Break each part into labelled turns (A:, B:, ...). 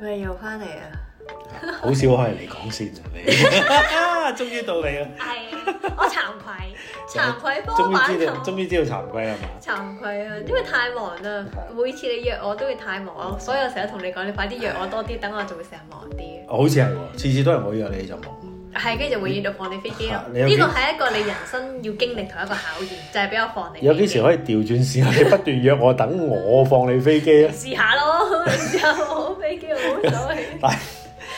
A: 喂，又翻嚟啊！
B: 好少可係你講先啊你 終於到你啦，
A: 係啊，我慚 愧，慚愧幫我
B: 終
A: 玩
B: 於知道，終
A: 咁。
B: 於知道慚愧係嘛？
A: 慚愧啊，因為太忙啦，每次你約我都會太忙啊，所以我成日同你講，你快啲約我多啲，等我就會成日忙啲。
B: 好似係喎，次次都係我約你就冇。
A: 係，跟住就永遠就放你飛機咯
B: 嚇。 你有
A: 呢
B: 幾
A: 個係一個你人生要經歷同一個考驗，就係俾我放你。
B: 有幾時可以調轉時間，你不斷約我，等我放你飛機啊？
A: 試下咯，你試下我飛機，我冇 所謂。
B: 但係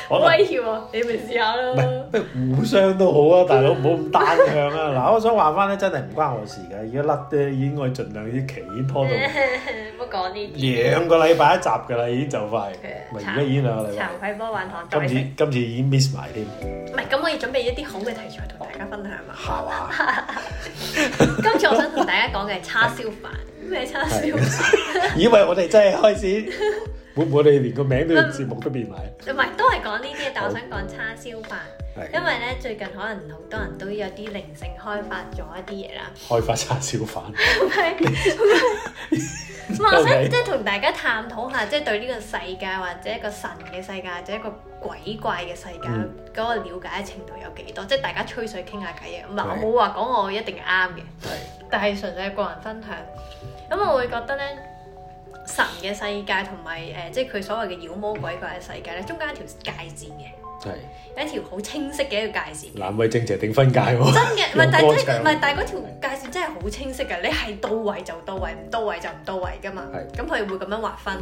A: 好
B: 可能
A: 威脅喎，你咪試下
B: 唔係
A: 咯。
B: 不如互相都好啊，大佬唔好咁單向啊！嗱，我想話翻咧，真係唔關我事㗎，而家甩咧已經我盡量啲期拖到
A: 唔好講呢啲。
B: 兩個禮拜一集㗎啦，已經 就快，
A: 係
B: 咪而家已經兩個禮拜
A: 慚。愧波玩糖
B: 今
A: 再食
B: 次。今次已經 miss 埋添，
A: 唔係，咁我要準備一啲好嘅題材同大家分享 嘛。
B: 係嘛？
A: 今次我想同大家講嘅係叉燒飯，咩叉燒飯？
B: 以為我哋真係開始，會唔 會我哋連個名都要節目都變埋？
A: 唔係，都係講呢啲，但我想講叉燒飯，因
B: 係
A: 為咧最近可能好多人都有啲靈性開發咗一啲嘢啦。
B: 開發叉燒飯，
A: 唔係，唔係我
B: OK
A: 想即係同大家探討下，即係對呢個世界或者一個神嘅世界或者一個鬼怪嘅世界
B: 嗯
A: 嗰個了解程度有幾多？即係大家吹水傾下偈啊！唔係
B: 係
A: 我冇話講我一定啱嘅。
B: 係
A: 但係純粹係個人分享。咁我會覺得咧，神嘅世界同埋誒，即係佢所謂嘅妖魔鬼怪嘅世界咧，中間有一條界線嘅，
B: 係
A: 有一條好清晰嘅一個界線。
B: 難為正邪定分界喎。
A: 真嘅，唔係，但
B: 有
A: 係
B: 歌
A: 真係唔
B: 唱
A: 係，但係嗰條界線真係好清晰嘅，你係到位就到位，唔到位就唔到位噶嘛。
B: 係
A: 咁佢會咁樣劃分。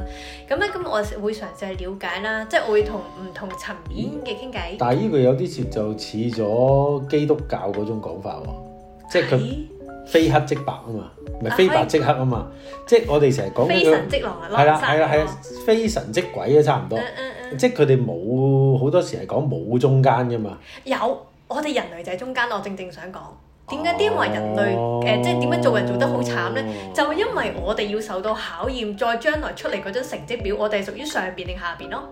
A: 咁咧，咁我會嘗試去了解啦，即係我會同唔同層面嘅傾偈。
B: 但係呢個有啲似就似咗基督教嗰種講法喎，即係佢
A: 咦
B: 非黑即白啊嘛，唔
A: 啊
B: 係非白即黑啊嘛，即係我哋成日講
A: 非
B: 緊佢
A: 神即狼啊，
B: 係啦
A: 狼殺
B: 係啦係
A: 我
B: 啦，非神即鬼都差唔多
A: 嗯，嗯嗯。
B: 即係佢哋冇好多時係講冇中間噶嘛。
A: 有，我哋人類就係中間，我正正想講點解啲人話人類誒、
B: 哦
A: 即係點解做人做得好慘呢？就係因為我哋要受到考驗，再將來出嚟嗰張成績表，我哋係屬於上邊定下邊咯。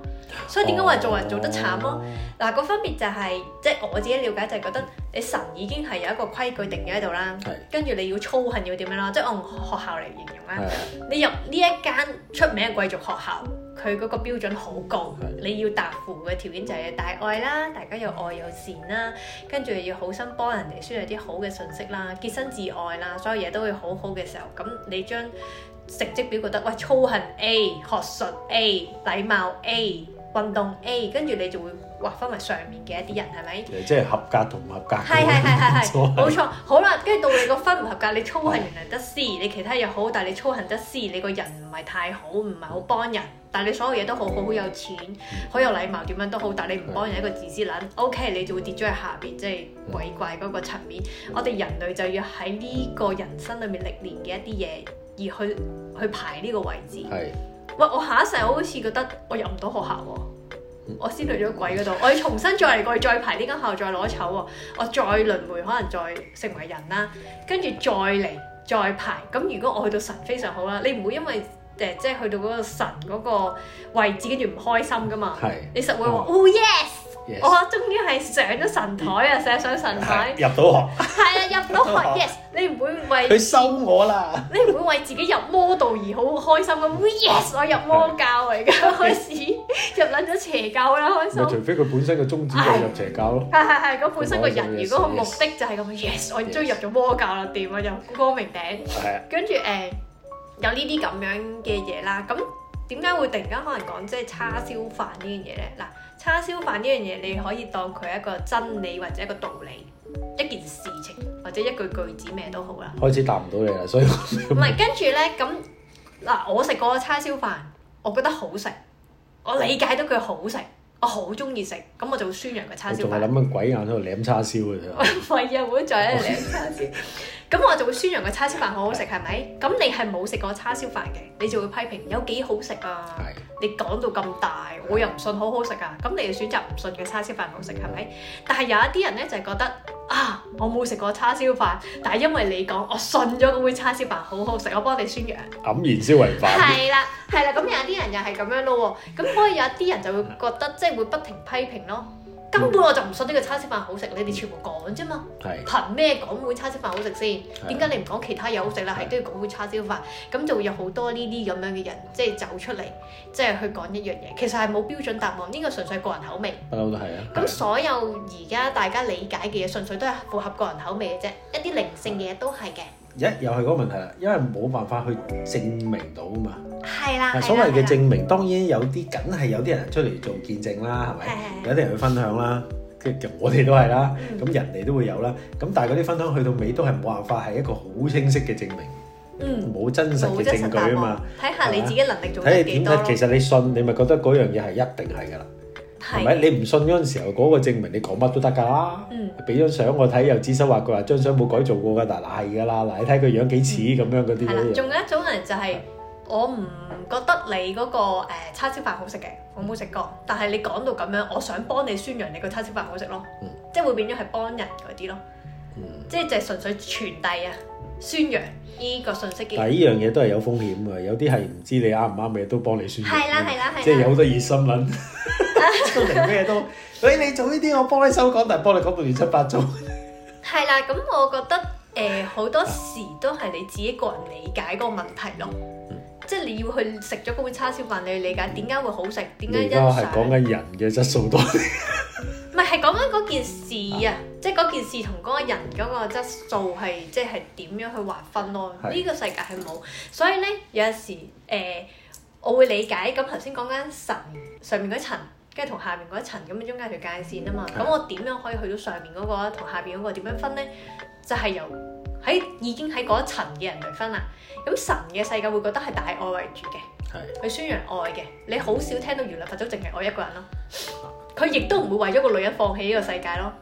A: 所以點解話做人做得慘咯？
B: 哦？
A: 嗱、個分別就係、即係我自己了解就係覺得你神已經係有一個規矩定咗喺度啦，
B: 係
A: 跟住你要操行要點樣啦，即係我用學校嚟形容啦。
B: 係啊
A: 你入呢一間出名嘅貴族學校，佢嗰個標準好高，
B: 係
A: 你要達符嘅條件就係大愛啦，大家有愛有善啦，跟住要好心幫人哋宣揚啲好嘅信息啦，潔身自愛啦，所有嘢都會好好嘅時候，咁你將成績表覺得喂操行 A、學術 A、禮貌 A、運動 A，跟住你就會劃分為上面嘅一啲人係咪？
B: 其實即係合格同唔合格。
A: 係係係係係，冇
B: 所謂
A: 錯。好啦，跟住到你個分唔合格，你操行原來得 C，你其他嘢好，但係你操行得 C，你個人唔係太好，唔係好幫人。但係你所有嘢都好好，好有錢，好有禮貌，點樣都好，但係你唔幫人一個自私撚，OK，你就會跌咗喺下邊，即係鬼怪嗰個層面。我哋人類就要喺呢個人生裏面歷練嘅一啲嘢，而去去排呢個位置。
B: 係
A: 喂，我下一世我好似覺得我入唔到學校喎、我先去咗鬼嗰度，我要重新再嚟過，再排呢間學校，再攞籌喎，我再輪迴，可能再成為人啦，跟住再嚟再排。咁如果我去到神非常好啦，你唔會因為誒、呃即係去到嗰個神嗰個位置，跟住唔開心噶嘛？
B: 係
A: 你實會話
B: 嗯
A: 哦 yes，
B: yes
A: 我終於係上咗神台啊，上上神 台，
B: 係入到
A: 係啊，入到學 yes，你唔會為
B: 學，佢收我啦。
A: 你唔會為自己入魔道而好開心咁，yes 我入魔教嚟㗎， 開始入撚咗邪教啦，開
B: 咪
A: 心。
B: 除非佢本身個宗旨就係入邪教咯。
A: 係係係，咁本身個人
B: Yes，
A: 如果個目
B: yes
A: 的就係咁，yes 我終於入咗魔教啦，掂啊又光明頂，
B: 係啊，
A: 跟住誒有呢啲咁樣嘅嘢啦，咁點解會突然間可能講即係叉燒飯呢樣嘢咧？嗱，叉燒飯呢樣嘢你可以當佢係一個真理或者一個道理，一件事情或者一句句子咩都好啦。
B: 開始答唔到你啦，所以我
A: 唔係，跟住咧咁嗱，我食過個叉燒飯，我覺得好食，我理解到佢好食，我好中意食，咁我就會宣揚個叉
B: 我
A: 燒
B: 仲係
A: 飯
B: 諗。緊鬼眼喺度舐叉燒嘅啫。
A: 唔係啊，唔好再喺度舐叉燒。咁我就會宣揚個叉燒飯好好食，係咪？咁你係冇食過叉燒飯嘅，你就會批評有幾好食啊！
B: 係
A: 你講到咁大，我又唔信好好食啊！咁你就選擇唔信嘅叉燒飯好食，係咪？但係有一啲人咧就係覺得啊，我冇食過叉燒飯，但係因為你講，我信咗嗰碗叉燒飯好好食，我幫你宣揚。
B: 黯然銷魂飯。
A: 係啦，係啦，咁有啲人又係咁樣咯喎，咁所以有啲人就會覺得即係會不停批評咯。根本我就唔信呢個叉燒飯好食，你哋全部講啫嘛，
B: 係
A: 憑咩講碗叉燒飯好食先？
B: 係
A: 點解你唔講其他嘢好食啦？
B: 係
A: 係都要講碗叉燒飯，咁就會有好多呢啲咁樣嘅人，即係走出嚟，即係去講一樣嘢。其實係冇標準答案，呢個純粹係個人口味。
B: 不嬲都係啊。
A: 咁所有而家大家理解嘅嘢，純粹都係符合個人口味嘅啫，一啲靈性嘅嘢都係嘅。
B: 一又係嗰個問題啦，因為冇辦法去證明到啊嘛。
A: 係啦，係
B: 嗱，
A: 啦
B: 所謂嘅
A: 係啦
B: 證明當然有啲，梗係有啲人出嚟做見證啦，係
A: 係
B: 咪？
A: 係
B: 有啲人去分享啦，跟住我哋都係啦，
A: 嗯
B: 咁人哋都會有啦。咁但係嗰啲分享去到尾都係冇辦法係一個好清晰嘅證明，
A: 嗯，
B: 冇真實
A: 冇
B: 嘅
A: 真實
B: 證
A: 答案
B: 據啊嘛。，
A: 睇下你自己能力做
B: 睇
A: 得
B: 你
A: 幾
B: 點
A: 多
B: 睇，
A: 咯
B: 其。實你信你咪覺得嗰樣嘢係一定係㗎啦，係咪？
A: 係，
B: 你唔信嗰陣時候嗰個證明，你講乜都得㗎啦。
A: 嗯，
B: 俾張相我睇，又指手畫腳話張相冇改造過㗎，嗱嗱係㗎啦，嗱你睇佢樣幾似咁樣嗰啲
A: 嗯係啦。
B: 嘢，
A: 仲有一種人就係我唔覺得你嗰個誒叉燒飯好食嘅，我冇食過，但係你講到咁樣，我想幫你宣揚你個叉燒飯好食咯
B: 嗯，
A: 即係會變咗係幫人嗰啲咯，
B: 嗯
A: 即係就係純粹傳遞啊、宣揚呢個信息嘅嘢。
B: 但係呢樣嘢都係有風險㗎，有啲係唔知你啱唔啱嘅都幫你宣傳。
A: 係啦，係啦，
B: 即
A: 係
B: 係有
A: 啦。
B: 好多熱心 撚， 出嚟咩都，喂你做呢啲我幫你收講，但係幫你講到亂七八糟。
A: 係啦，咁我覺得誒好、多時都係你自己個人理解嗰個問題咯，
B: 嗯
A: 即係你要去食咗嗰碗叉燒飯，你去理解點解會好食，點
B: 你
A: 解
B: 而
A: 欣
B: 家係
A: 賞
B: 講。緊人嘅質素多啲，
A: 唔係係講緊嗰件事啊，即係嗰件事同嗰個人嗰個質素係即係點樣去劃分咯？
B: 係
A: 呢個世界係冇，所以咧有陣時誒、呃我會理解咁頭先講緊神上面嗰層，跟住同下面嗰層咁中間有條界線啊嘛。
B: 係
A: 咁我點樣可以去到上面嗰、個同下邊嗰個點樣分咧？就係、由喺已經喺嗰一層嘅人嚟分啦。咁神嘅世界會覺得係大愛為主嘅。
B: 係
A: 佢宣揚愛嘅，你好少聽到原來佛祖淨係愛一個 人咯。佢亦都唔會為咗個女人放棄呢個世界咯，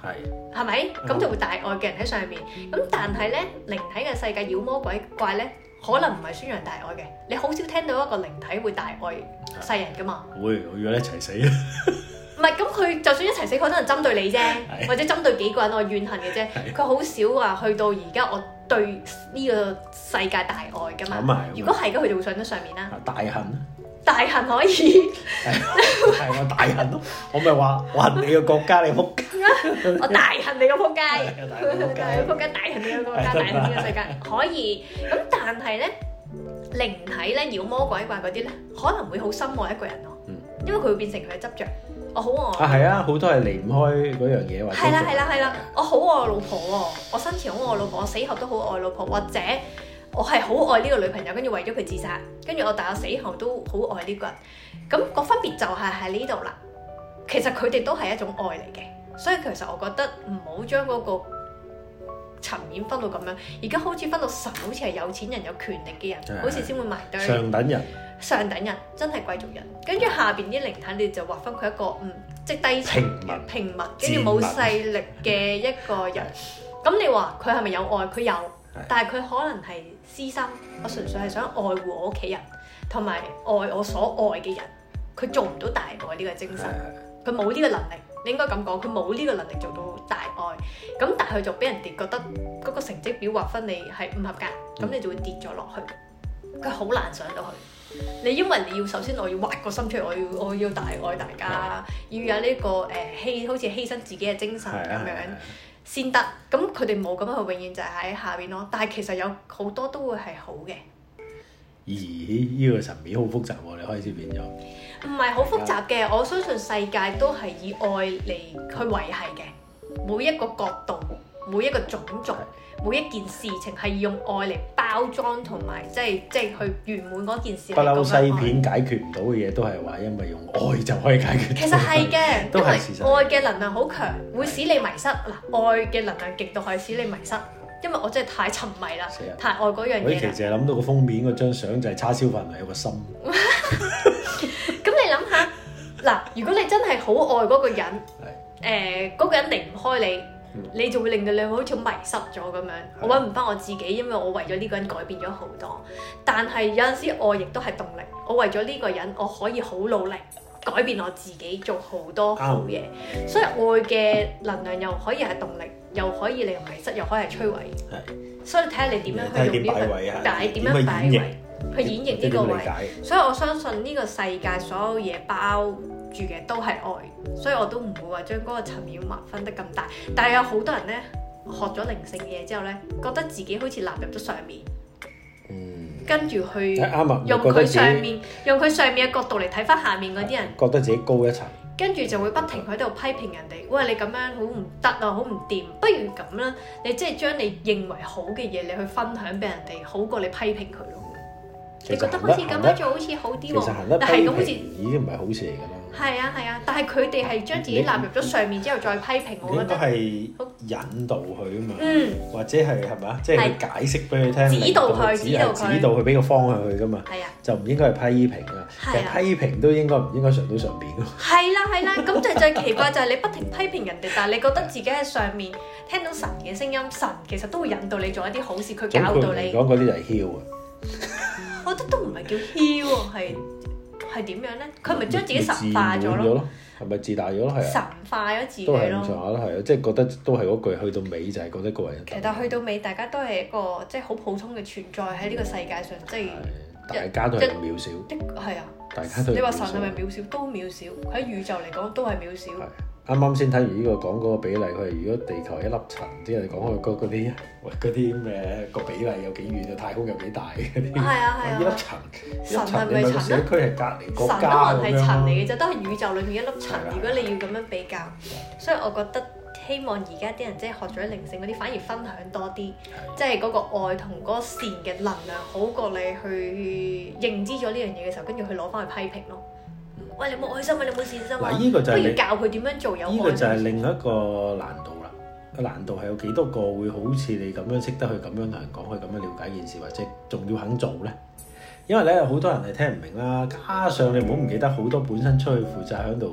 B: 係
A: 係咪？
B: 嗯
A: 咁就會大愛嘅人喺上面。咁但係呢，靈體嘅世界妖魔鬼怪呢，可能唔係宣揚大愛嘅。你好少聽到一個靈體會大愛世人噶嘛？
B: 會我要一齊 死啊！
A: 唔係，咁佢就算一齊死，佢可能針對你啫，或者針對幾個人我怨恨嘅啫。
B: 係
A: 佢好少話去到而家我對呢個世界大愛噶
B: 咁
A: 嘛。
B: 係
A: 如果係嘅，佢就會上到上面啦。
B: 大恨。
A: 大恨可以。
B: 係我大恨咯，我咪話我恨你個國家，你仆街
A: 我大恨你個撲街，
B: 啊，大
A: 大恨你
B: 仆
A: 個
B: 街，
A: 撲街，大恨你個國家，大恨呢個世界，可以。咁但係咧，靈體咧、妖魔鬼怪嗰啲咧，可能會好深愛一個人咯
B: 嗯，
A: 因為佢會變成佢嘅執着。我好
B: 啊
A: 愛，
B: 係啊，好多係離唔開嗰樣嘢或者啊
A: 係啦係啦係啦，我好愛我老婆喎，我生前好愛老婆，我死後都好愛老婆，或者我係好愛呢個女朋友，跟住為咗佢自殺，跟住我但我死後都好愛呢個人。咁個分別就係喺呢度啦。其實佢哋都係一種愛嚟嘅，所以其實我覺得唔好將嗰個層面分到咁樣。而家好似分到神，好似係有錢人、有權力嘅
B: 係
A: 人，好似先會埋堆
B: 上等人
A: 上等人，真係貴族人。跟住下邊啲靈體，你就劃分佢一個嗯，即係低層
B: 平民
A: 嘅平民，
B: 賤
A: 跟
B: 民
A: 住冇勢力嘅一個人。咁你話佢係咪有愛？佢有
B: 係，
A: 但係佢可能係私心，我純粹係想愛護我屋企人，同埋愛我所愛嘅人。佢做唔到大愛呢個精神。佢冇呢個能力，你應該咁講，佢冇呢個能力做到大愛，咁但係佢就俾人哋覺得嗰個成績表劃分你係唔合
B: 嗯
A: 格，咁你就會跌咗落去，佢好難上到去。你因為你要首先我要挖個心出嚟，我要我要大愛大家，要有呢、個誒犧、好似犧牲自己嘅精神
B: 係
A: 咁
B: 啊
A: 樣。先得。咁佢哋冇咁樣，佢永遠就係喺下邊咯。但係其實有好多都會係好嘅，
B: 咦，呢個層面好複雜喎，你開始變咗。
A: 唔係好複雜嘅。我相信世界都係以愛嚟去維係嘅，每一個角度、每一個種族、每一件事情係用愛嚟包裝同埋即係即係去圓滿嗰件事。
B: 不嬲西。片解決唔到嘅嘢，都係話因為用愛就可以解決。
A: 其實係嘅，
B: 都
A: 因為
B: 係事實
A: 愛嘅能量好強，會使你迷失。嗱，愛嘅能量極度可以使你迷失，因為我真係太沉迷啦
B: 死啊，
A: 太愛嗰樣
B: 我呢
A: 嘢
B: 期
A: 啦。
B: 淨係諗到個封面嗰張相就係叉燒飯嚟有個心，
A: 咁你諗下，嗱，如果你真係好愛嗰個人，誒呃嗰、個人離唔開你
B: 嗯，
A: 你就會令到你好似迷失咗咁樣，我揾唔翻我自己，因為我為咗呢個人改變咗好多。但係有陣時愛亦都係動力，我為咗呢個人，我可以好努力。改變我自己，做好多好嘢，所以愛嘅能量又可以係動力，又可以令迷失，又可以係摧毀。所以睇下你點樣
B: 睇下
A: 去
B: 點
A: 用呢
B: 擺位啊
A: 個，但係點
B: 點去
A: 樣擺
B: 演
A: 位
B: 繹？
A: 去演繹呢個位。所以我相信呢個世界所有嘢包住嘅都係愛，所以我都唔會話將嗰個層面劃分得咁大。但係有好多人呢，學咗靈性嘅嘢之後呢，覺得自己好似納入咗上面，
C: 嗯，
A: 跟住去
B: 誒啱 啊，
A: 用
B: 覺
A: 佢
B: 得自
A: 上
B: 己
A: 面用佢上面嘅角度嚟睇翻下面嗰啲人，
B: 覺得自己高一層，
A: 跟住就會不停喺度批評人哋，喂你咁樣好唔得啊，好唔掂，不如咁啦，你即係將你認為好嘅嘢你去分享俾人哋，好過你批評佢咯。
B: 其
A: 你
B: 實
A: 覺得
B: 行
A: 好
B: 得
A: 似咁
B: 行
A: 樣
B: 得，
A: 做好似好啲
B: 其實
A: 喎，
B: 行得批
A: 但係咁好似
B: 評已經唔係好事嚟㗎啦。
A: 係啊係啊，但係佢哋係將自己納入咗上面之後再批評，
B: 你
A: 我
B: 應
A: 覺
B: 該
A: 得
B: 係引導佢啊嘛，
A: 嗯
B: 或者係係嘛，即係佢解釋俾佢聽，
A: 指導
B: 令
A: 佢
B: 指導
A: 指導佢
B: 指導佢俾個方向佢㗎嘛，
A: 係啊
B: 就唔應該係批評啊。
A: 係
B: 其
A: 啊
B: 實批評都應該唔應該上到上邊咯。
A: 係啦係啦，咁就最奇怪就係你不停批評人哋，但係你覺得自己喺上面聽到神嘅聲音，神其實都會引導你做一啲好事，佢
B: 總
A: 教
B: 括
A: 導
B: 嚟
A: 你。
B: 講，嗰啲就係囂啊，
A: 我覺得都唔係叫囂喎，係係點樣咧？佢咪將自己神
B: 自
A: 化咗
B: 滿
A: 咯，
B: 咯，係咪自大咗咯？係
A: 神
B: 啊，
A: 化咗自己
B: 都係咁
A: 咯。
B: 上下啦，係啊，即係覺得都係嗰句，去到尾就係覺得個人
A: 其實去到尾，大家都係一個即係好普通嘅存在喺呢個世界上，即係
B: 係大家都係咁渺小，
A: 的係啊。
B: 大家都係
A: 你話
B: 咁
A: 神係
B: 渺
A: 咪
B: 小。
A: 渺小？都渺小，佢喺宇宙嚟講都係渺小。
B: 係啱啱先睇完呢個講嗰個比例，佢係如果地球係一粒塵，即係講佢嗰嗰啲喂嗰啲咩個比例有幾遠啊，太空有幾大嗰啲。
A: 係啊係
B: 呢
A: 啊
B: 粒塵，
A: 神
B: 一
A: 係
B: 塵
A: 咪
B: 你咪
A: 塵
B: 個
A: 啊
B: 社區係隔離國
A: 神都
B: 家
A: 可能
B: 咁
A: 係
B: 樣
A: 塵
B: 啊
A: 嚟嘅啫，都係宇宙裡面一粒塵
B: 係啊。
A: 如果你要咁樣比較，所以我覺得希望而家啲人即係學咗靈性嗰啲，反而分享多啲，即係嗰個愛同嗰個善嘅能量，好過你去認知咗呢樣嘢嘅時候，跟住去攞翻去批評咯。喂，你冇愛心啊，你冇善心
B: 嗯嗱，
A: 啊，
B: 呢個就
A: 不
B: 係
A: 如
B: 你
A: 教佢點樣做有
B: 呢個
A: 愛
B: 就係
A: 心。
B: 另一個難度啦。個難度係有幾多個會好似你咁樣識得去咁樣同人講，去咁樣了解件事，或者仲要肯做呢？因為咧好多人係聽唔明啦，加上你唔好唔記得好多本身出去負責喺度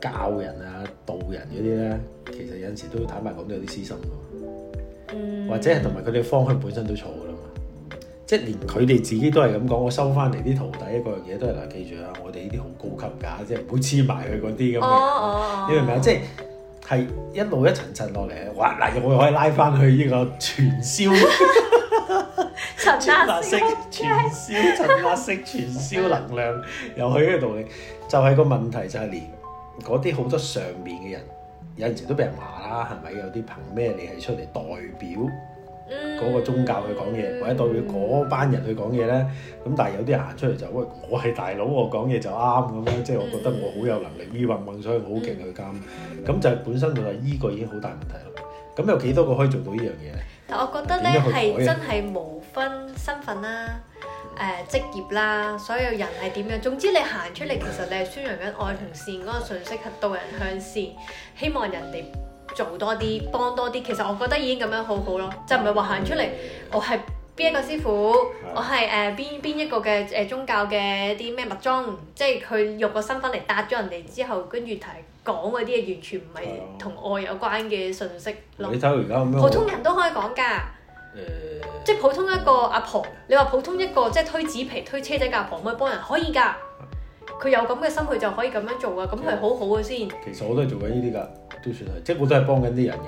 B: 教人啊、導人嗰啲呢，其實有陣時都坦白講都有啲私心㗎
A: 嗯
B: 嘛，或者係同埋佢哋方向本身都錯㗎啦嘛。即係連佢哋自己都係咁講，我收翻嚟啲徒弟嗰樣嘢都係嗱，記住啊，我哋呢啲好高級㗎，即係唔好黐埋佢嗰啲咁
A: 哦
B: 嘅。
A: 哦哦，
B: 你明唔明啊？即係係一路一層層落嚟，哇！嗱，我可以拉翻去呢個傳銷
A: 塵
B: 陳
A: 啊
B: 辣式
A: 先
B: 傳銷陳辣式傳銷能量，又係呢個道理。就係、個問題就係連嗰啲好多上面嘅人，有陣時都俾人話啦，係咪？有啲憑咩你係出嚟代表？嗰個宗教去講
A: 嗯
B: 嘢，或者代表嗰班人去講嘢咧。咁但係有啲人行出嚟就喂，我係大佬，我講嘢就啱咁樣，即係我覺得我好有能力，依混混，所以我好勁去監。咁就係本身就係依個已經好大問題啦。咁有幾多個可以做到呢樣嘢咧？
A: 但我覺得咧
B: 點樣去
A: 係
B: 改
A: 真
B: 啊
A: 係無分身份啦、誒、職業啦，所有人係點樣，總之你行出嚟，其實你係宣揚緊愛同善嗰個信息，係導人向善，希望人哋做多啲，幫多啲。其實我覺得已經咁樣好好咯，就唔係話行出嚟，
B: 嗯
A: 我係邊一個師傅，我係誒邊邊一個嘅誒、宗教嘅啲咩物宗，即係佢用個身份嚟搭咗人哋之後，跟住提講嗰啲嘢，完全唔係
B: 係啊
A: 同愛有關嘅信息咯
B: 你。睇佢而家咁樣，
A: 普通人都可以講㗎。
B: 誒
A: 即係普通一個阿婆，你話普通一個即係推紙皮、推車仔嘅阿婆，可以幫人，可以㗎。佢有咁嘅心，佢就可以咁樣做㗎，咁係好好嘅先。
B: 其實我都係做緊呢啲㗎，都算係，即係我都係幫緊啲人㗎。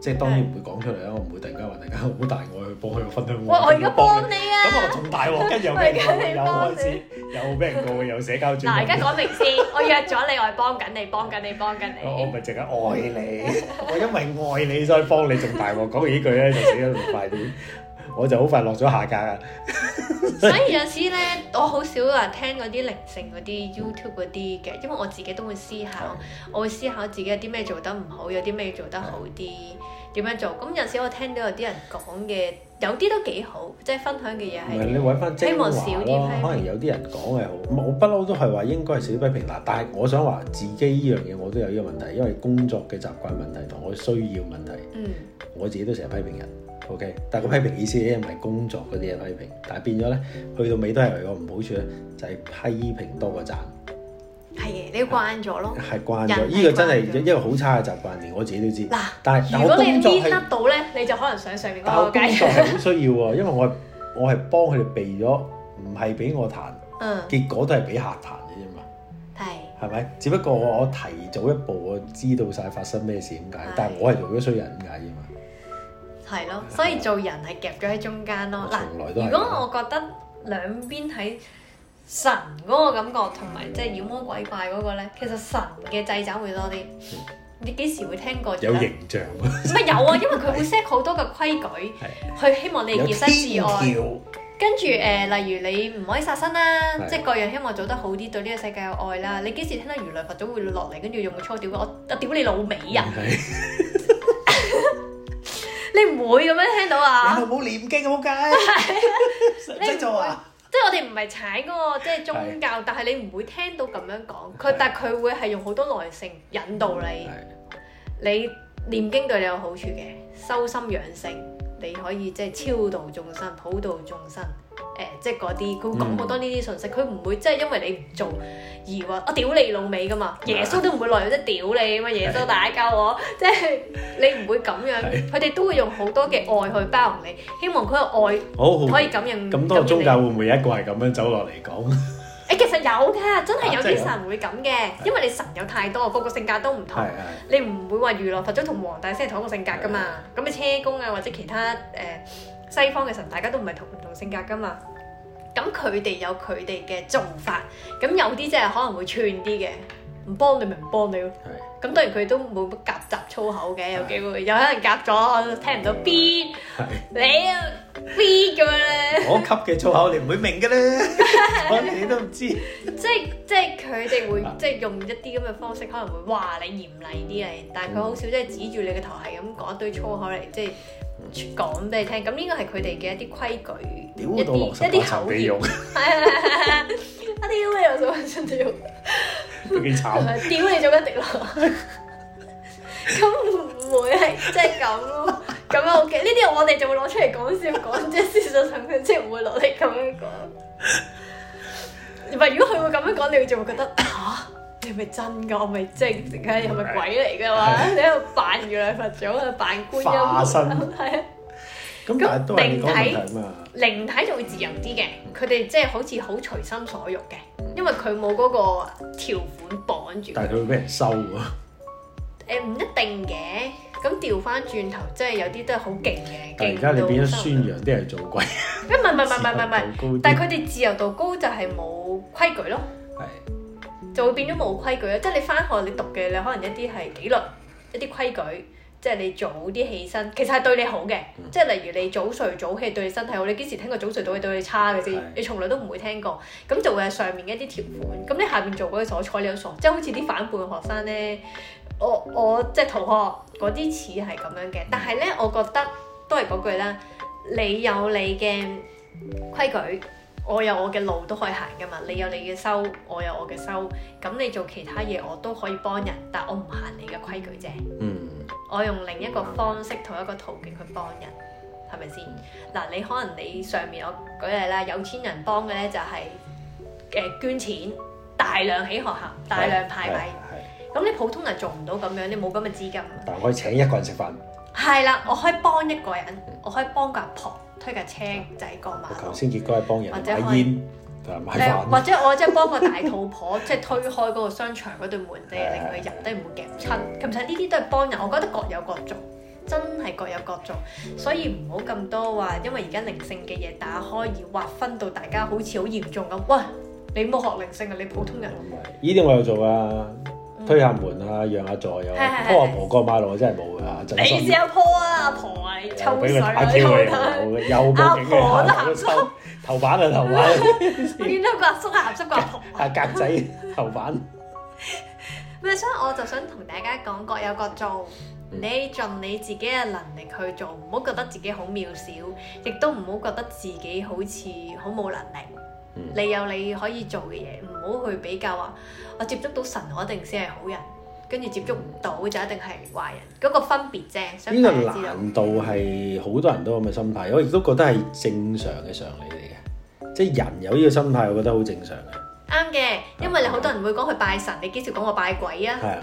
B: 即係當然唔會講出嚟啊啦，我唔會突然間話大家好大愛去幫佢分享
A: 喂，我而家幫
B: 你
A: 你
B: 咁
A: 啊！
B: 我仲大鑊，跟住又
A: 我而
B: 俾
A: 家
B: 人
A: 你
B: 告，
A: 幫
B: 又
A: 你
B: 開始又俾人告，又社交轉
A: 嗱，而
B: 換
A: 家。講明先，我約咗你，我係幫緊你，幫緊你，幫緊
B: 哦我我
A: 你。
B: 咪淨係愛 你，我因為愛你所以幫你，仲大鑊。講完呢句咧就死得仲快啲，我就好快落咗下架啊啦。
A: 所以有時咧，我好少話聽嗰啲靈性嗰啲 YouTube 嗰啲嘅，因為我自己都會思考，我會思考自己有啲咩做得唔好，有啲咩做得好啲，點樣做。咁有時我聽到有啲人講嘅，有啲都幾好，即係分享嘅嘢
B: 唔
A: 係
B: 係。你揾翻精華
A: 希望少啲，
B: 咯
A: 批評
B: 可能有啲人講係好，唔係我不嬲都係話應該係少啲批評嗱。但係我想話自己呢樣嘢我都有呢個問題，因為工作嘅習慣問題同我需要問題，
A: 嗯。
B: 我自己都成日批評人。OK，但係個批評意思咧唔係工作嗰啲嘢批評，但係變咗咧去到尾都係有個唔好處咧，就係、批評多過讚。
A: 係嘅，你慣咗咯。
B: 係慣咗，
A: 人係
B: 呢個真係
A: 慣咗
B: 一個好差嘅習慣，連我自己都知。
A: 嗱，
B: 但係但
A: 如
B: 我
A: 果你
B: 工作
A: lead
B: 係，
A: 得到咧，你就可能上上面
B: 但
A: 嗰個
B: 我工作
A: 階。
B: 係好需要喎，因為我係我係幫佢哋避咗，唔係俾我彈，
A: 嗯，
B: 結果都係俾客彈嘅啫嘛，
A: 係。
B: 係咪？只不過我我提早一步，我知道晒發生咩事點解
A: 係，
B: 但係我係做咗衰人點解啫嘛。
A: 係咯，所以做人係夾咗喺中間咯。
B: 我
A: 哦嗱
B: 從來，都係
A: 如果我覺得兩邊喺神嗰個感覺同埋即係妖魔鬼怪嗰個咧，其實神嘅掣肘會多啲。你幾時會聽過？
B: 嗯有形象，
A: 乜有啊？因為佢會 set 好多嘅規矩，去希望你
B: 有
A: 潔身自
B: 天
A: 愛。
B: 橋。
A: 跟住誒、呃例如你唔可以殺生啦，
B: 係
A: 即係各樣希望做得好啲，對呢個世界有愛啦。你幾時聽到如來佛祖會落嚟，跟住用個粗屌我，我屌你老味啊！
B: 係
A: 你唔會咁樣聽到啊
B: 你！冇念經好街，神跡就話
A: 即係我哋唔係踩嗰個即係宗教，但係你唔會聽到咁樣講佢
B: 係，
A: 但係佢會係用好多耐性引導你。
B: 係
A: 你念經對你有好處嘅，修心養性，你可以即係超度眾生、普度眾生。誒、即係嗰啲，佢會講好多呢啲信息，佢唔、會即係因為你唔做而話我屌你老味噶嘛，耶穌都唔會來即係屌你啊嘛，耶穌打救我，即係你唔會咁樣，
B: 係
A: 佢哋都會用好多嘅愛去包容你，希望佢嘅愛
B: 好好
A: 可以感應
B: 咁多
A: 感
B: 個
A: 應
B: 宗
A: 你
B: 教會唔會有一個係咁樣走落嚟講？
A: 誒，其實有㗎，真係有
B: 啊真係
A: 啲
B: 有
A: 神會咁嘅，因為你神有太多，個個性格都唔同
B: 係，係
A: 你唔會話娛樂佛祖同黃大仙係同一個性格㗎嘛。咁你車公啊，或者其他誒、呃西方嘅神，大家都唔係同唔同性格㗎嘛。咁佢哋有佢哋嘅做法，咁有啲即係可能會串啲嘅，唔幫你咪唔幫你咯。
B: 係
A: 咁當然佢都冇乜夾雜粗口嘅，有機會有可能夾咗，我都聽唔到 B，
B: 係。
A: 你啊 B 咁樣咧。
B: 我級嘅粗口你唔會明嘅咧， 我哋都唔知。
A: 即係即係佢哋 會
B: 啊
A: 即係用一啲咁嘅方式，可能會話你嚴厲啲你，但係佢好少即係指住你嘅頭係咁講一堆粗口嚟，即係講俾你聽。咁呢個係佢哋嘅一啲規矩，
B: 屌
A: 一
B: 到
A: 啲
B: 落十
A: 一
B: 八
A: 啲
B: 層
A: 口
B: 地
A: 語。
B: 獄，
A: 係啊係啊我屌你做緊出屌，
B: 都幾慘。
A: 屌你做緊滴落。 咁唔會係即係咁咯，咁樣 OK。呢啲我哋就會攞出嚟講笑講， 即係事實上佢即係唔會攞嚟咁樣講。唔係，如果佢會咁樣講，你就會覺得嚇、你係咪真㗎？我咪即係定係係咪鬼嚟㗎嘛？你喺度扮如來佛祖，喺度扮觀音，
B: 化身
A: 係啊。
B: 咁但係都係你講問題嘛。
A: 靈體就會自由啲嘅，佢哋即係好似好隨心所欲嘅，因為佢冇嗰個條款綁住。
B: 但係佢會俾人收喎。
A: 誒唔一定嘅，咁調翻轉頭，即係有啲都係好勁嘅，
B: 但係
A: 勁
B: 而家你變咗
A: 到收
B: 宣揚啲人做鬼，
A: 唔係唔係唔係唔係唔係，
B: 高啲
A: 但係佢哋自由度高就係冇規矩咯，
B: 係
A: 就會變咗冇規矩啊咯。即係你翻學你讀嘅，你可能一啲係紀律，一啲規矩，即係你早啲起身，其實係對你好嘅。即係例如你早睡早起對你身體好，你幾時聽過早睡早起對你差嘅
B: 係
A: 先？你從來都唔會聽過，咁就會係上面嘅一啲條款。咁你下邊做嗰啲所睬你都傻，即係好似啲反叛嘅學生咧，我我即係逃學嗰啲似係咁樣嘅，但係咧我覺得都係嗰句啦，你有你嘅規矩。我有我嘅路都可以行噶嘛，你有你嘅收，我有我嘅收，咁你做其他嘢我都可以幫人，但我唔行你嘅規矩啫。
B: 嗯
A: 我用另一個方式同一個途徑去幫人，係咪先？嗱，你可能你上面我舉例啦，有錢人幫嘅咧就係、誒捐錢，大量起學校，大量派米。
B: 係係嗯
A: 咁你普通人做唔到咁樣，你冇咁嘅資金。
B: 但我可以請一個人食飯，
A: 係啦，我可以幫一個人，我可以幫個阿婆推架車仔過
B: 我
A: 馬
B: 頭
A: 路。
B: 先結果係幫人買煙同埋買
A: 誒或
B: 飯，
A: 者我即係幫個大肚婆， 即係推開嗰個商場嗰對門啫，令佢入低唔會夾親。其實呢啲都係幫人，我覺得各有各做，真係各有各做，所以唔好咁多話，因為而家靈性嘅嘢打開而劃分到大家好似好嚴重咁。喂，你冇學靈性啊，你普通人。嗯
B: 呢啲我有做啊，推下門啊，讓下座又
A: 係係係
B: 拖阿婆過馬路，我真係冇㗎，
A: 你
B: 真
A: 試
B: 心。
A: 下破啊，阿婆啊，你
B: 又
A: 抽
B: 俾
A: 水
B: 佢
A: 啊
B: 打 Q
A: 抽
B: 你，
A: 得
B: 又又報警
A: 阿婆都
B: 嘅，
A: 鹹
B: 又收 頭版啊頭 版，
A: 我見到個阿叔鹹濕個阿婆。
B: 啊格仔頭版。
A: 咪啊所以我就想同大家講，各有各做，你盡你自己嘅能力去做，唔好覺得自己好渺小，亦都唔好覺得自己好似好冇能力。
B: 嗯
A: 你有你可以做嘅嘢，唔好去比較話我接觸到神，我一定先係好人，跟住接觸唔到就一定係壞人，嗰、個分別啫。想
B: 呢
A: 大
B: 個
A: 家知道，
B: 難度係好多人都咁嘅心態，我亦都覺得係正常嘅常理嚟嘅，即係人有呢個心態，我覺得好正常嘅，
A: 啱嘅，因為你好多人會講佢拜神，你幾時講我拜鬼啊？
B: 係啊，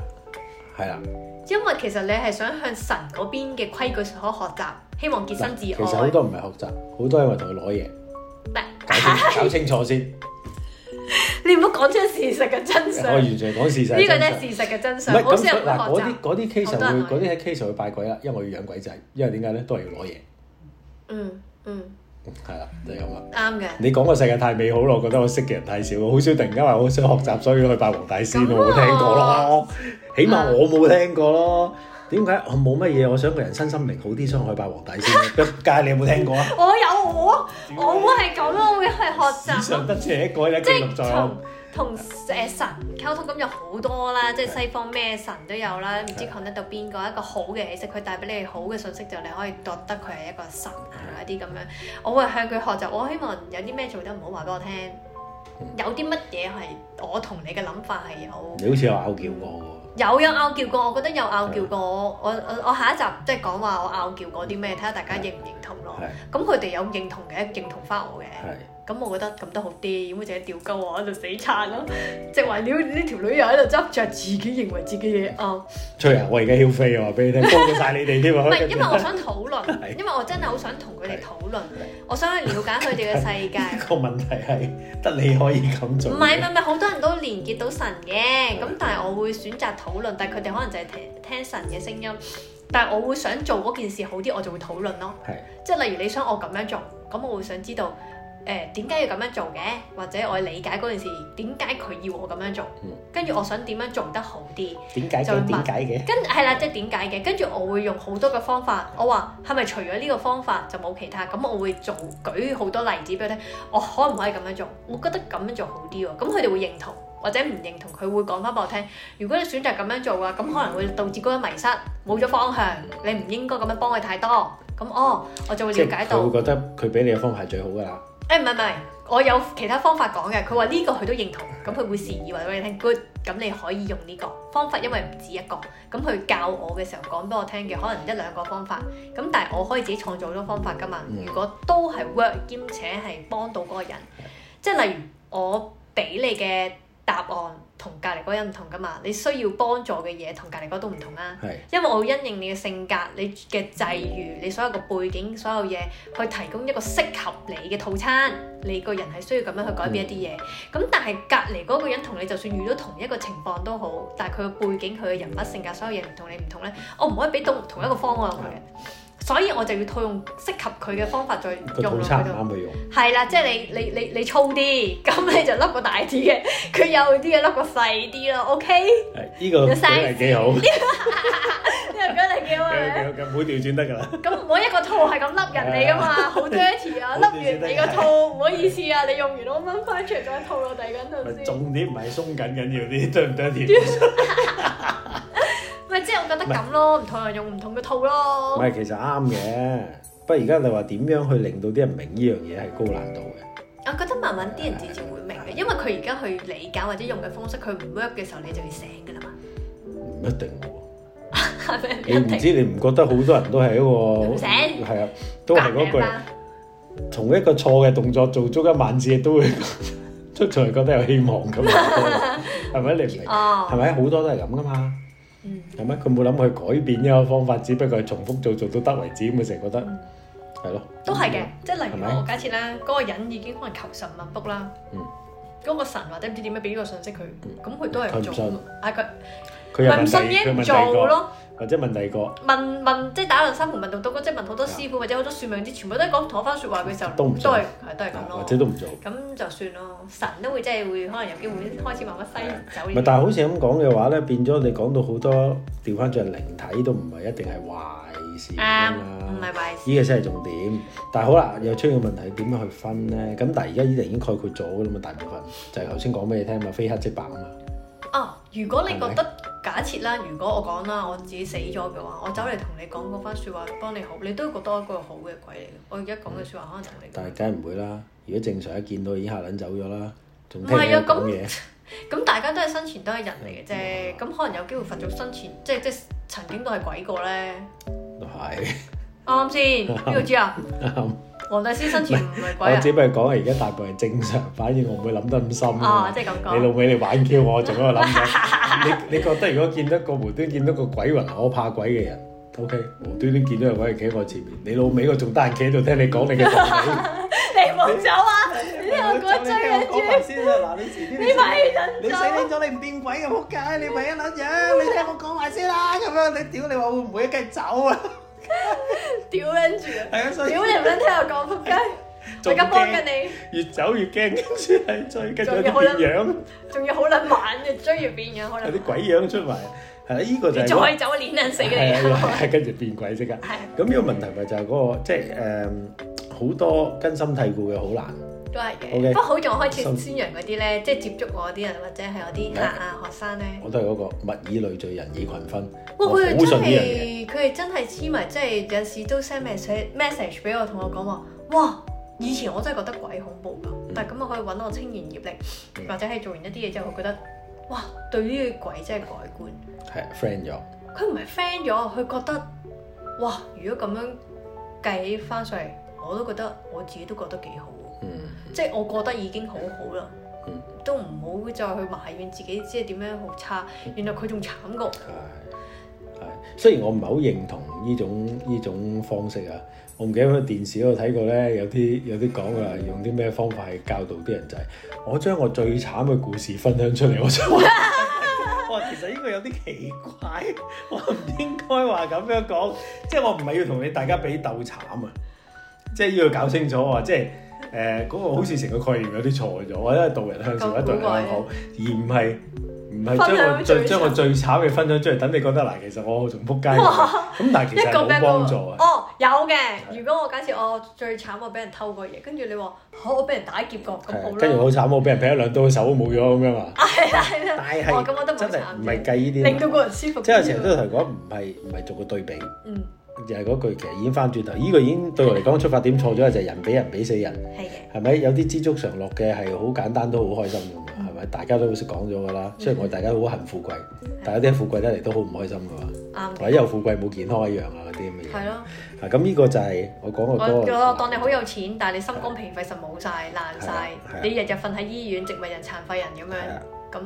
B: 係啦。
A: 因為其實你係想向神嗰邊嘅規矩所學習，希望潔身
B: 嗱，
A: 自
B: 其
A: 愛。
B: 實好多唔係學習，好多係因為同佢攞嘢，
A: 嗱
B: 搞清搞清楚先，
A: 你唔好講出事實嘅真相，
B: 我
A: 呢
B: 完全係講事實。
A: 個
B: 真
A: 咧
B: 相
A: 事實嘅真
B: 唔
A: 相，
B: 係
A: 好
B: 咁
A: 少人會
B: 嗱，嗰
A: 學習
B: 啲。嗰啲 case
A: 好
B: 就
A: 多人
B: 會嗰啲 case 就會拜鬼啦，因為我要養鬼仔，因為點解咧？都係要攞嘢，
A: 嗯嗯，
B: 係啦，就係咁啦。
A: 啱嘅。
B: 你講個世界太美好咯，我覺得我識嘅人太少，好少突然間話好想學習，所以去拜黃大仙，
A: 咁啊
B: 我冇聽過咯。起碼我冇聽過咯。點解我冇乜嘢？我想個人身心靈好啲，想去拜 黃大仙。街你有冇聽過啊？
A: 我有我，我係咁啊，我會係學習咯
B: 上。得者改咧，記
A: 即
B: 錄
A: 係
B: 在
A: 同
B: 案。
A: 同誒神溝通咁有好多啦，即係西方咩神都有啦，唔知
B: 係
A: connect 到邊個一個好嘅氣息，佢帶俾你好嘅信息就你可以覺得佢係一個神啊一啲咁樣，我會向佢學習，我希望有啲咩做得唔好話俾我聽，
B: 嗯
A: 有啲乜嘢係我同你嘅諗法係有。
B: 你好似有拗撬過
A: 有有拗撬過，我覺得有拗撬過。我我我下一集即係講話我拗撬過啲咩，睇下大家認唔認同咯
B: 喎。。係
A: 咁佢哋有認同嘅，認同翻我嘅。
B: 係。
A: 咁我覺得咁都好啲，咁我自己吊鳩我喺度死撐咯，即係話屌呢條女又喺度執着自己認為自己嘢啱，
B: 吹啊！我而家曉飛啊！話俾你聽，高過晒你哋添啊！
A: 唔係因為我想討論，
B: 係
A: 因為我真係好想同佢哋討論，我想去了解佢哋嘅世界。
B: 個問題係得你可以咁做。
A: 唔係唔係唔係，好多人都連結到神嘅，咁但係我會選擇討論，但係佢哋可能就係聽聽神嘅聲音，但係我會想做嗰件事好啲，我就會討論咯。
B: 係
A: 即係例如你想我咁樣做，咁我會想知道誒點解要咁樣做嘅，或者我理解嗰件事點解佢要我咁樣做
B: 嗯，
A: 跟住我想點樣做得好啲，
B: 點解嘅？點解嘅？
A: 跟係啦，即係點解嘅，跟住我會用好多嘅方法，我話係咪除咗呢個方法就冇其他，咁我會做舉好多例子俾佢聽，我可唔可以咁樣做？我覺得咁樣做好啲喎，咁佢哋會認同。或者唔認同，佢會講翻俾我聽。如果你選擇咁樣做嘅話，咁可能會導致嗰個迷失，冇咗方向。你唔應該咁樣幫佢太多。咁哦，我就會
B: 即
A: 了
B: 係
A: 解到
B: 佢。會覺得佢俾你嘅方法係最好㗎啦。
A: 誒唔係唔係，我有其他方法講嘅。佢話呢個佢都認同，咁佢會示意話俾你聽 good，咁你可以用呢個方法，因為唔止一個。咁佢教我嘅時候講俾我聽嘅，可能一兩個方法。咁但係我可以自己創造好多方法㗎嘛。
B: 嗯
A: 如果都係 work，兼且係幫到嗰個人，即係例如我俾你嘅答案同隔離嗰個人唔同㗎嘛，你需要幫助嘅嘢同隔離嗰個都唔同啊啦、
B: 係
A: 因為我會因應你嘅性格、你嘅際遇、你所有嘅背景、所有嘢，去提供一個適合你嘅套餐。你個人係需要咁樣去改變一啲嘢。
B: 嗯
A: 咁、但係隔離嗰個人同你就算遇到同一個情況都好，但係佢嘅背景、佢嘅人物性格、所有嘢唔同你唔同呢，我唔可以俾到同一個方案佢
B: 嗯
A: 嘅。所以我就要套用適合佢嘅方法再
B: 個
A: 用啊
B: 套
A: 落
B: 餐
A: 去
B: 唔
A: 度。
B: 啱佢用。
A: 係啦，即係你你你你粗啲，咁你就笠個大啲嘅；佢幼啲嘅笠個細啲啦。OK，呢
B: 係呢個
A: 有
B: 舉 例幾好，幾
A: 個舉例幾好
B: 好
A: 係咪？
B: 幾好，每調轉得 㗎啦。
A: 咁每一個套係咁笠人哋噶嘛，好 dirty 啊！笠
B: 好 dirty
A: 完你個套，唔好意思啊，你用完我掹翻出嚟再套落第二個人度先。
B: 重點唔係鬆緊緊要啲， 對 唔對調？
A: 咪即係我覺得咁咯，唔同人用唔同嘅套
B: 唔
A: 咯。
B: 係，其實啱嘅。不過而家你話點樣去令到啲人明呢樣嘢係高難度嘅？
A: 我啊覺得慢慢啲人自然會明嘅，因為佢而家去理解或者用嘅方式，佢唔 work 嘅時候，你就要醒噶啦嘛，
B: 唔一定 喎。
A: 係咪？
B: 你唔知你唔覺得好多人都係一
A: 唔醒
B: 個係啊，都係嗰
A: 刮
B: 句
A: 命，吧
B: 同一個錯嘅動作做足一萬次，都會 都仲係覺得有希望咁 樣，係咪？你 唔明係
A: 哦，
B: 咪？好多都係咁噶嘛，
A: 嗯，
B: 係咪？佢冇諗過去改變呢個方法，只不過係重複做做到得為止，咁佢成日覺得
A: 嗯
B: 係咯。
A: 都係嘅，即係例
B: 嗯係
A: 如
B: 咪
A: 我假設啦，嗰個人已經可能求神問卜啦
B: 嗯，
A: 嗰個神或者唔知點樣俾呢個信息佢，咁佢都
B: 佢
A: 係
B: 唔
A: 做
B: 信，
A: 啊佢
B: 佢又
A: 咪唔
B: 問
A: 信
B: 第
A: 嘢
B: 佢
A: 唔
B: 問第二
A: 做
B: 個，
A: 咯。
B: 或者問第二個
A: 問問即係打落三盤問到多，即係問好多師傅或者好多算命啲，全部都係講同一番説話嘅時候，
B: 啊都唔信
A: 都係係都係咁
B: 或者
A: 咯。
B: 都唔做。
A: 咁就算咯，神都會即係會可能有機會開始慢慢西走
B: 咪
A: 呢啲。
B: 但係好似咁講嘅話咧，變咗你講到好多調翻轉靈體都唔係一定係壞事㗎
A: 啱，啊
B: 嘛
A: 唔係壞事。
B: 呢個先係重點，但係好啦，又出現個問題點樣去分咧？咁但係而家依啲已經概括咗㗎啦嘛，大部分就係頭先講俾你聽嘛，非黑即白啊嘛，
A: 哦，如果你覺得假設啦，如果我講啦，我自己死咗嘅話，我走嚟同你講嗰番説話幫你好，你都覺得我一個好嘅鬼嚟嘅。我而家講嘅説話可能同你
B: 但
A: 講
B: 係。梗係唔會啦。如果正常一見到已經嚇撚走咗啦，仲聽
A: 唔
B: 你
A: 係啊咁
B: 講 嘢，
A: 咁大家都係生前都係人嚟嘅啫，咁可能有機會佛祖生前即係即係曾經都係鬼過咧，
B: 都係
A: 啱唔啱先？邊個知啊？
B: 啱。
A: 黃大仙生前唔係鬼
B: 我
A: 啊？
B: 只不過講而家大部分係正常反應，我唔會諗得咁深
A: 哦，
B: 啊。
A: 即係咁
B: 你老
A: 講。
B: 味，你玩 Q 我，我仲喺度諗緊。 你你覺得如果見到個無端見到個鬼魂，我怕鬼嘅人，OK，無端端見到有鬼企喺我前面，你老味我仲得閒企喺度聽你講你嘅道理。
A: 你冇走啊！你又講追啊
C: 講
A: 追，
C: 埋先啦，嗱，你遲啲
A: 你咪等
C: 你死
A: 咗。
C: 拎咗你唔變鬼嘅仆街，你咪一撚樣，你聽我講埋先啦，咁樣你屌你話會唔會梗係走啊？
A: 屌撚住啊！
C: 係啊，所以
A: 屌你唔撚聽我講，仆街！我
B: 仲
A: 而家幫
B: 驚，
A: 緊
B: 越走越驚，跟住係追，跟住有
A: 仲有好撚
B: 啲變樣，
A: 你，仲要好撚玩嘅，追住變樣好
B: 有
A: 撚
B: 啲鬼樣出埋。係啦，呢個就
A: 你
B: 係
A: 再
B: 嗰個
A: 走，攣撚死
B: 係啊係啊
A: 你！
B: 係啊跟住變鬼即刻。
A: 係
B: 咁呢個問題咪就係嗰、個，即係誒好多根深蒂固嘅好難。
A: 都係嘅。
B: OK
A: 不過好在我開始宣揚嗰啲咧，即係接觸我啲人或者係我啲客啊學生咧，
B: 我都係嗰、個物以類聚，人以群分。
A: 哇！
B: 我好
A: 佢
B: 信
A: 哋
B: 呢
A: 真
B: 樣嘢。
A: 係佢哋真係黐埋，即係有陣時都 send message message 俾我，同我講話，哇！以前我真係覺得鬼恐怖㗎，但係咁我可以揾我青年業力，
B: 嗯
A: 或者係做完一啲嘢之後，我覺得哇，對呢個鬼真係改觀。
B: 係 friend 咗，
A: 佢唔係 friend 咗，佢覺得哇！如果咁樣計翻上嚟，我都覺得我自己都覺得幾好喎，
B: 嗯，
A: 即係我覺得已經好好啦
B: 嗯。
A: 都唔好再去埋怨自己，即係點樣好差。原來佢仲慘過我，
B: 係係。雖然我唔係好認同呢種呢種方式啊，我唔記得喺電視嗰度睇過咧，有啲有啲講話用啲咩方法去教導啲人就係、我將我最慘嘅故事分享出嚟，我 想話。我話其實呢個有啲奇怪，我唔應該話咁樣講，即係我唔係要同你大家比鬥慘啊，即係要搞清楚啊，即係誒嗰個好似成個概念有啲錯咗，我一係導人向善，
A: 咁
B: 一係導人向
A: 古怪啊
B: 好，而唔係唔係
A: 分
B: 將
A: 享
B: 我
A: 最
B: 最將我最慘嘅分享出嚟，等你覺得嗱，其實我仲撲街咁樣，咁但係其實
A: 一個
B: 係冇
A: 咩
B: 幫助啊。
A: 哦，有嘅。如果我假設我最慘，我俾人偷過嘢，跟住你話好，我俾人打劫過，咁好
B: 係
A: 啦。
B: 跟住好慘，我俾人劈咗兩刀，手都冇咗咁樣啊！
A: 係啦係
B: 但
A: 啦，
B: 係
A: 哦咁我都冇
B: 真係
A: 慘
B: 唔係計呢啲啊嘛，
A: 令到個人舒服啲喎。啊
B: 即係成日都同佢講，唔係唔係做個對比，
A: 嗯，
B: 就係嗰句其實已經翻轉頭，呢、個已經對我嚟講出發點錯咗，就係人比人比死人，
A: 係嘅。
B: 係咪？有啲知足常樂嘅係好簡單都好開心噶
A: 嗯
B: 嘛，係咪？大家都好識講咗㗎啦，雖然我哋大家好恨富貴，大家啲富貴得嚟都好唔開心㗎嘛，
A: 啱
B: 或者
A: 嘅。
B: 有富貴冇健康一樣啊嗰啲咁嘅嘢。
A: 嗯係咯，
B: 啊咁呢個就係我講
A: 我
B: 嘅嗰個。
A: 我當你好有錢，但係你心肝脾肺腎冇晒爛
B: 係啊
A: 晒
B: 係啊，
A: 你日日瞓喺醫院，植物人、殘廢人咁
B: 係
A: 樣
B: 啊，
A: 咁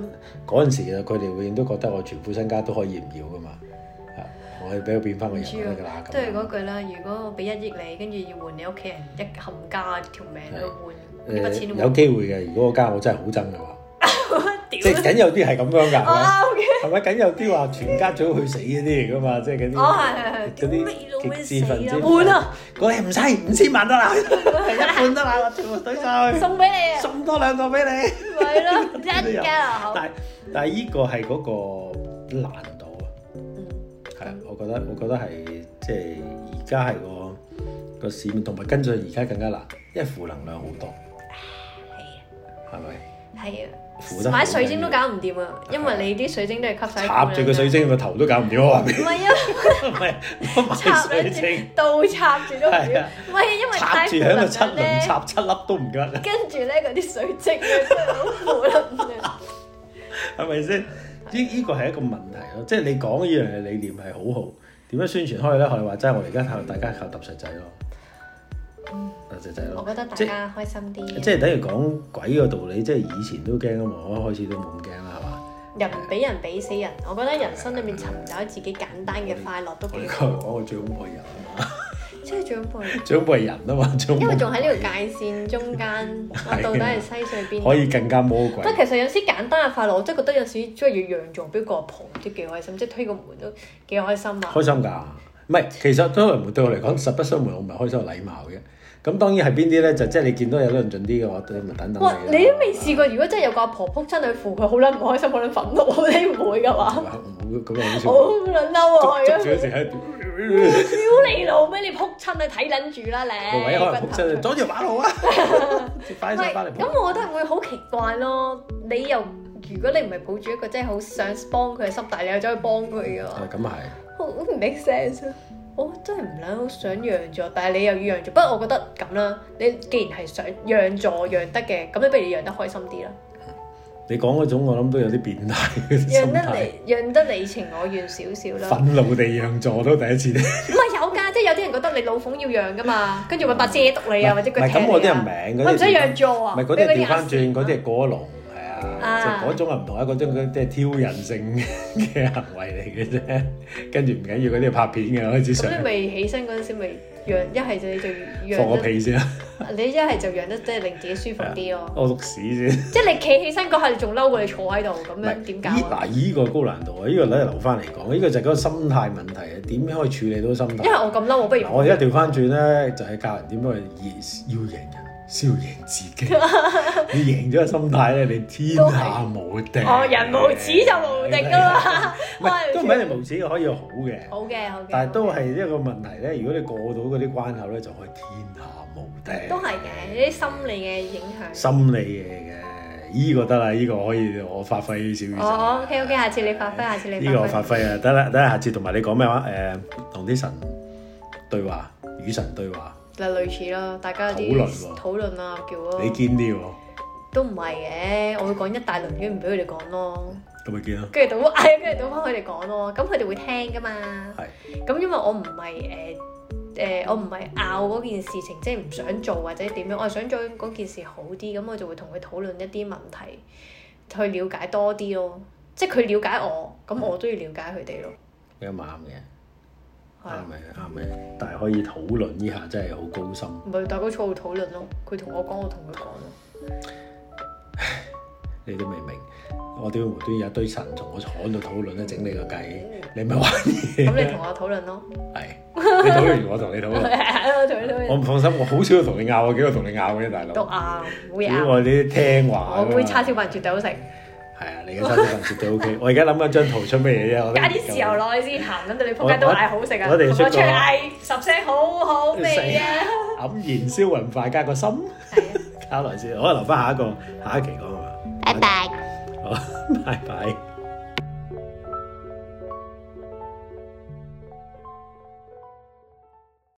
B: 嗰陣時啊，佢哋永遠都覺得我全副身家都可以唔要㗎嘛，啊，我係俾佢變翻個人得㗎啦咁。
A: 啊都係嗰句啦。如果我俾一億你，跟住要換你屋企人一冚家條命去換呢筆
B: 誒
A: 錢
B: 有
A: 換，
B: 機會嘅，如果嗰間我真係好 憎嘅話，
A: 屌
B: 即係梗有啲係咁樣㗎，係咪？
A: 啱嘅。
B: 係咪？梗有啲話全家最好去死嗰啲嚟㗎嘛，即係嗰
A: 哦，
B: 啲。
A: 係係係，
B: 嗰啲
A: 你老味
B: 極致分
A: 死
B: 子
A: 啊！換啊！
B: 我哋唔使五千萬得啦， 係一半得啦，我全部堆晒去，
A: 送俾你啊，
B: 送多兩個俾你。
A: 咪咯， 一家
B: 但係但係依個係嗰個難度啊，
A: 嗯，
B: 係啊我覺得我覺得係即係而家係個個市面，同埋跟進而家更加難，因為負能量好多，係咪？
A: 係
B: 負
A: 啊，
B: 得好
A: 買水晶都搞唔掂啊，因為你啲水晶都係吸晒啊
B: 插住個水，晶個頭都搞唔掂，我話 俾
A: 唔係啊，
B: 你，唔係我
A: 插
B: 買水晶，
A: 住倒插住都唔
B: 係
A: 掂
B: 啊，
A: 唔係因為
B: 插
A: 太
B: 住
A: 負
B: 喺
A: 能
B: 度七
A: 量
B: 輪
A: 咧，
B: 插七粒都唔得。
A: 跟住咧嗰啲水晶咧真係好啊負能 量，
B: 係咪先？呢依個係一個問題咯，即係你講呢樣嘢理念係好好，點樣宣傳開咧？學你話齋，我哋而家靠大家靠揼石仔咯，揼石仔
A: 我
B: 咯，
A: 覺得大家開心
B: 即
A: 啲，啊
B: 係等於講鬼個道理，即係以前都驚啊嘛，我一開始都冇咁驚啦，係嘛？
A: 人俾人俾死人，我覺得人生裏面尋找自己簡單嘅快樂都
B: 我哋
A: 幾
B: 講
A: 好，
B: 講我最恐怖係人啊嘛，
A: 即係長輩。
B: 最恐怖係人啊嘛，最恐
A: 因
B: 怖
A: 為仲喺呢條界線中 間，
B: 啊
A: 我到底係西水邊？
B: 可以更加魔鬼
A: 不過。其實有時簡單嘅快樂，我真係覺得有時即係要讓座俾個阿婆都幾開心，即係推個門都幾開心啊！
B: 開心㗎，唔係其實推門對我嚟講，實不相瞞，我唔係開心係禮貌嘅。咁當然係邊啲咧？就即係你見到有得人盡啲嘅話，對咪等等
A: 哇！
B: 你
A: 你都未
B: 啦
A: 試過，如果真係有個阿婆撲親去扶佢，好撚唔開心，好撚憤怒，你唔會 㗎嘛？
B: 咁啊，好似
A: 好撚嬲啊！
B: 捉
A: 係啊
B: 住！成喺
A: 屌你老咩！你撲親你睇撚住啦你！
B: 個位可能撲 親，
A: 唔
B: 阻條馬路啊！接翻上翻
A: 係
B: 嚟撲，
A: 咁，我覺得會好奇怪咯。你又如果你唔係抱住一個真係好想幫佢嘅心，但係你又走去幫佢嘅話。
B: 係咁啊
A: 好好唔 make sense 啊！我真係唔撚好想讓座，但係你又要讓座。不過我覺得咁啦，你既然係想讓座讓得嘅，咁你不如讓得開心啲啦，
B: 係，你講嗰種我諗都有啲變態嘅
A: 讓
B: 心
A: 得
B: 態，
A: 你讓得你情我願少少啦。
B: 憤怒地讓座都第一次聽。
A: 唔係有㗎，即係有啲人覺得你老馮要讓㗎嘛，跟住揾把遮篤你啊，或者
B: 唔
A: 佢
B: 係
A: 踢
B: 咁，我
A: 你
B: 啲
A: 啊。
B: 人名嗰
A: 我
B: 啲
A: 唔使讓座
B: 唔
A: 啊！
B: 係嗰啲係
A: 俾
B: 調翻
A: 啲
B: 轉，嗰啲
A: 壓線
B: 係過龍係啊，即
A: 啊
B: 係嗰種係唔同啊，嗰種嗰啲係挑人性嘅行為嚟嘅啫。跟住唔緊要，嗰啲係拍片嘅開始上
A: 咁你咪起身嗰陣時咪讓，一係就你就
B: 放
A: 讓
B: 個
A: 得，
B: 屁先啊啦，
A: 你一係就讓得即係令自己舒服啲咯。
B: 屙督屎先。
A: 即係你企起身嗰下，你仲嬲過你坐喺度，咁
B: 唔
A: 樣點搞
B: 依
A: 啊？
B: 嗱，依個高難度啊！依個咧留翻嚟講，依個就係嗰個心態問題啊！點樣可以處理到心
A: 因為
B: 態？
A: 我咁嬲，我不如
B: 我而家調翻轉咧，就係教人點樣去要要贏人。先要贏自 己。你贏咗個心態咧，你天下無敵。
A: 哦，人無恥就無敵噶 嘛。
B: 唔係都唔一定無恥嘅，可以好嘅。
A: 好嘅，好嘅。
B: 但係都
A: 好嘅
B: 係一個問題咧，如果你過到嗰啲關口咧，就可以天下無敵。
A: 都係嘅，呢啲心理嘅影響。
B: 心理嘢嘅，依、個得啦，依、個可以我發揮小宇宙。
A: 哦，OK OK，下次你發揮，下次你
B: 嗯呢個我
A: 發
B: 發
A: 揮。
B: 揮啊，得啦，得啦，下次同埋你講咩話？誒、同啲神對話，與神對話，
A: 就類似咯，大家
B: 討
A: 啲
B: 論喎
A: 討論啊，叫咯
B: 你，堅啲喎，
A: 都唔係嘅，我會講一大輪，跟住唔俾佢哋講咯，
B: 咁咪堅咯。
A: 跟 住倒唉，跟住倒翻佢哋講咯，咁佢哋會聽噶嘛。
B: 係。
A: 咁因為我唔係誒誒，我唔係拗嗰件事情，即係唔想做或者點樣，我係想做嗰件事好啲，咁我就會同佢討論一啲問題，去了解多啲咯。即係佢了解我，咁我都要了解佢哋咯。
B: 你咁啱嘅，
A: 係
B: 啱
A: 啊
B: 嘅，啱嘅。但係可以討論呢下真係好高深。
A: 唔係大家坐度討論咯，佢同我講，我同佢講 咯。
B: 你都未明，我點會無端有一堆神同我坐喺度討論咧？整你個計，你咪玩嘢。
A: 咁你同我討論咯，
B: 係，你討論完我同你討
A: 我
B: 論。
A: 同佢討
B: 嗯我
A: 論
B: 唔放心，我好少同你拗，我幾個同你拗嘅大佬
A: 都。啱，冇嘢
B: 屌
A: 啱。
B: 我啲聽話㗎
A: 我
B: 嘛。
A: 杯叉燒飯絕對好食，
B: 係啊，你嘅三色飯絕對 OK。我而家諗緊張圖出咩嘢啫？我覺得
A: 加啲豉油落去先鹹，諗到你仆街都係好食啊！
B: 我我哋出過
A: 出去嗌十聲好好 味啊！
B: 黯然銷魂快加個心，
A: 係
B: 啊加落先。可能留翻下一個下一期講啊嘛。
A: 拜拜。
B: 好，拜拜。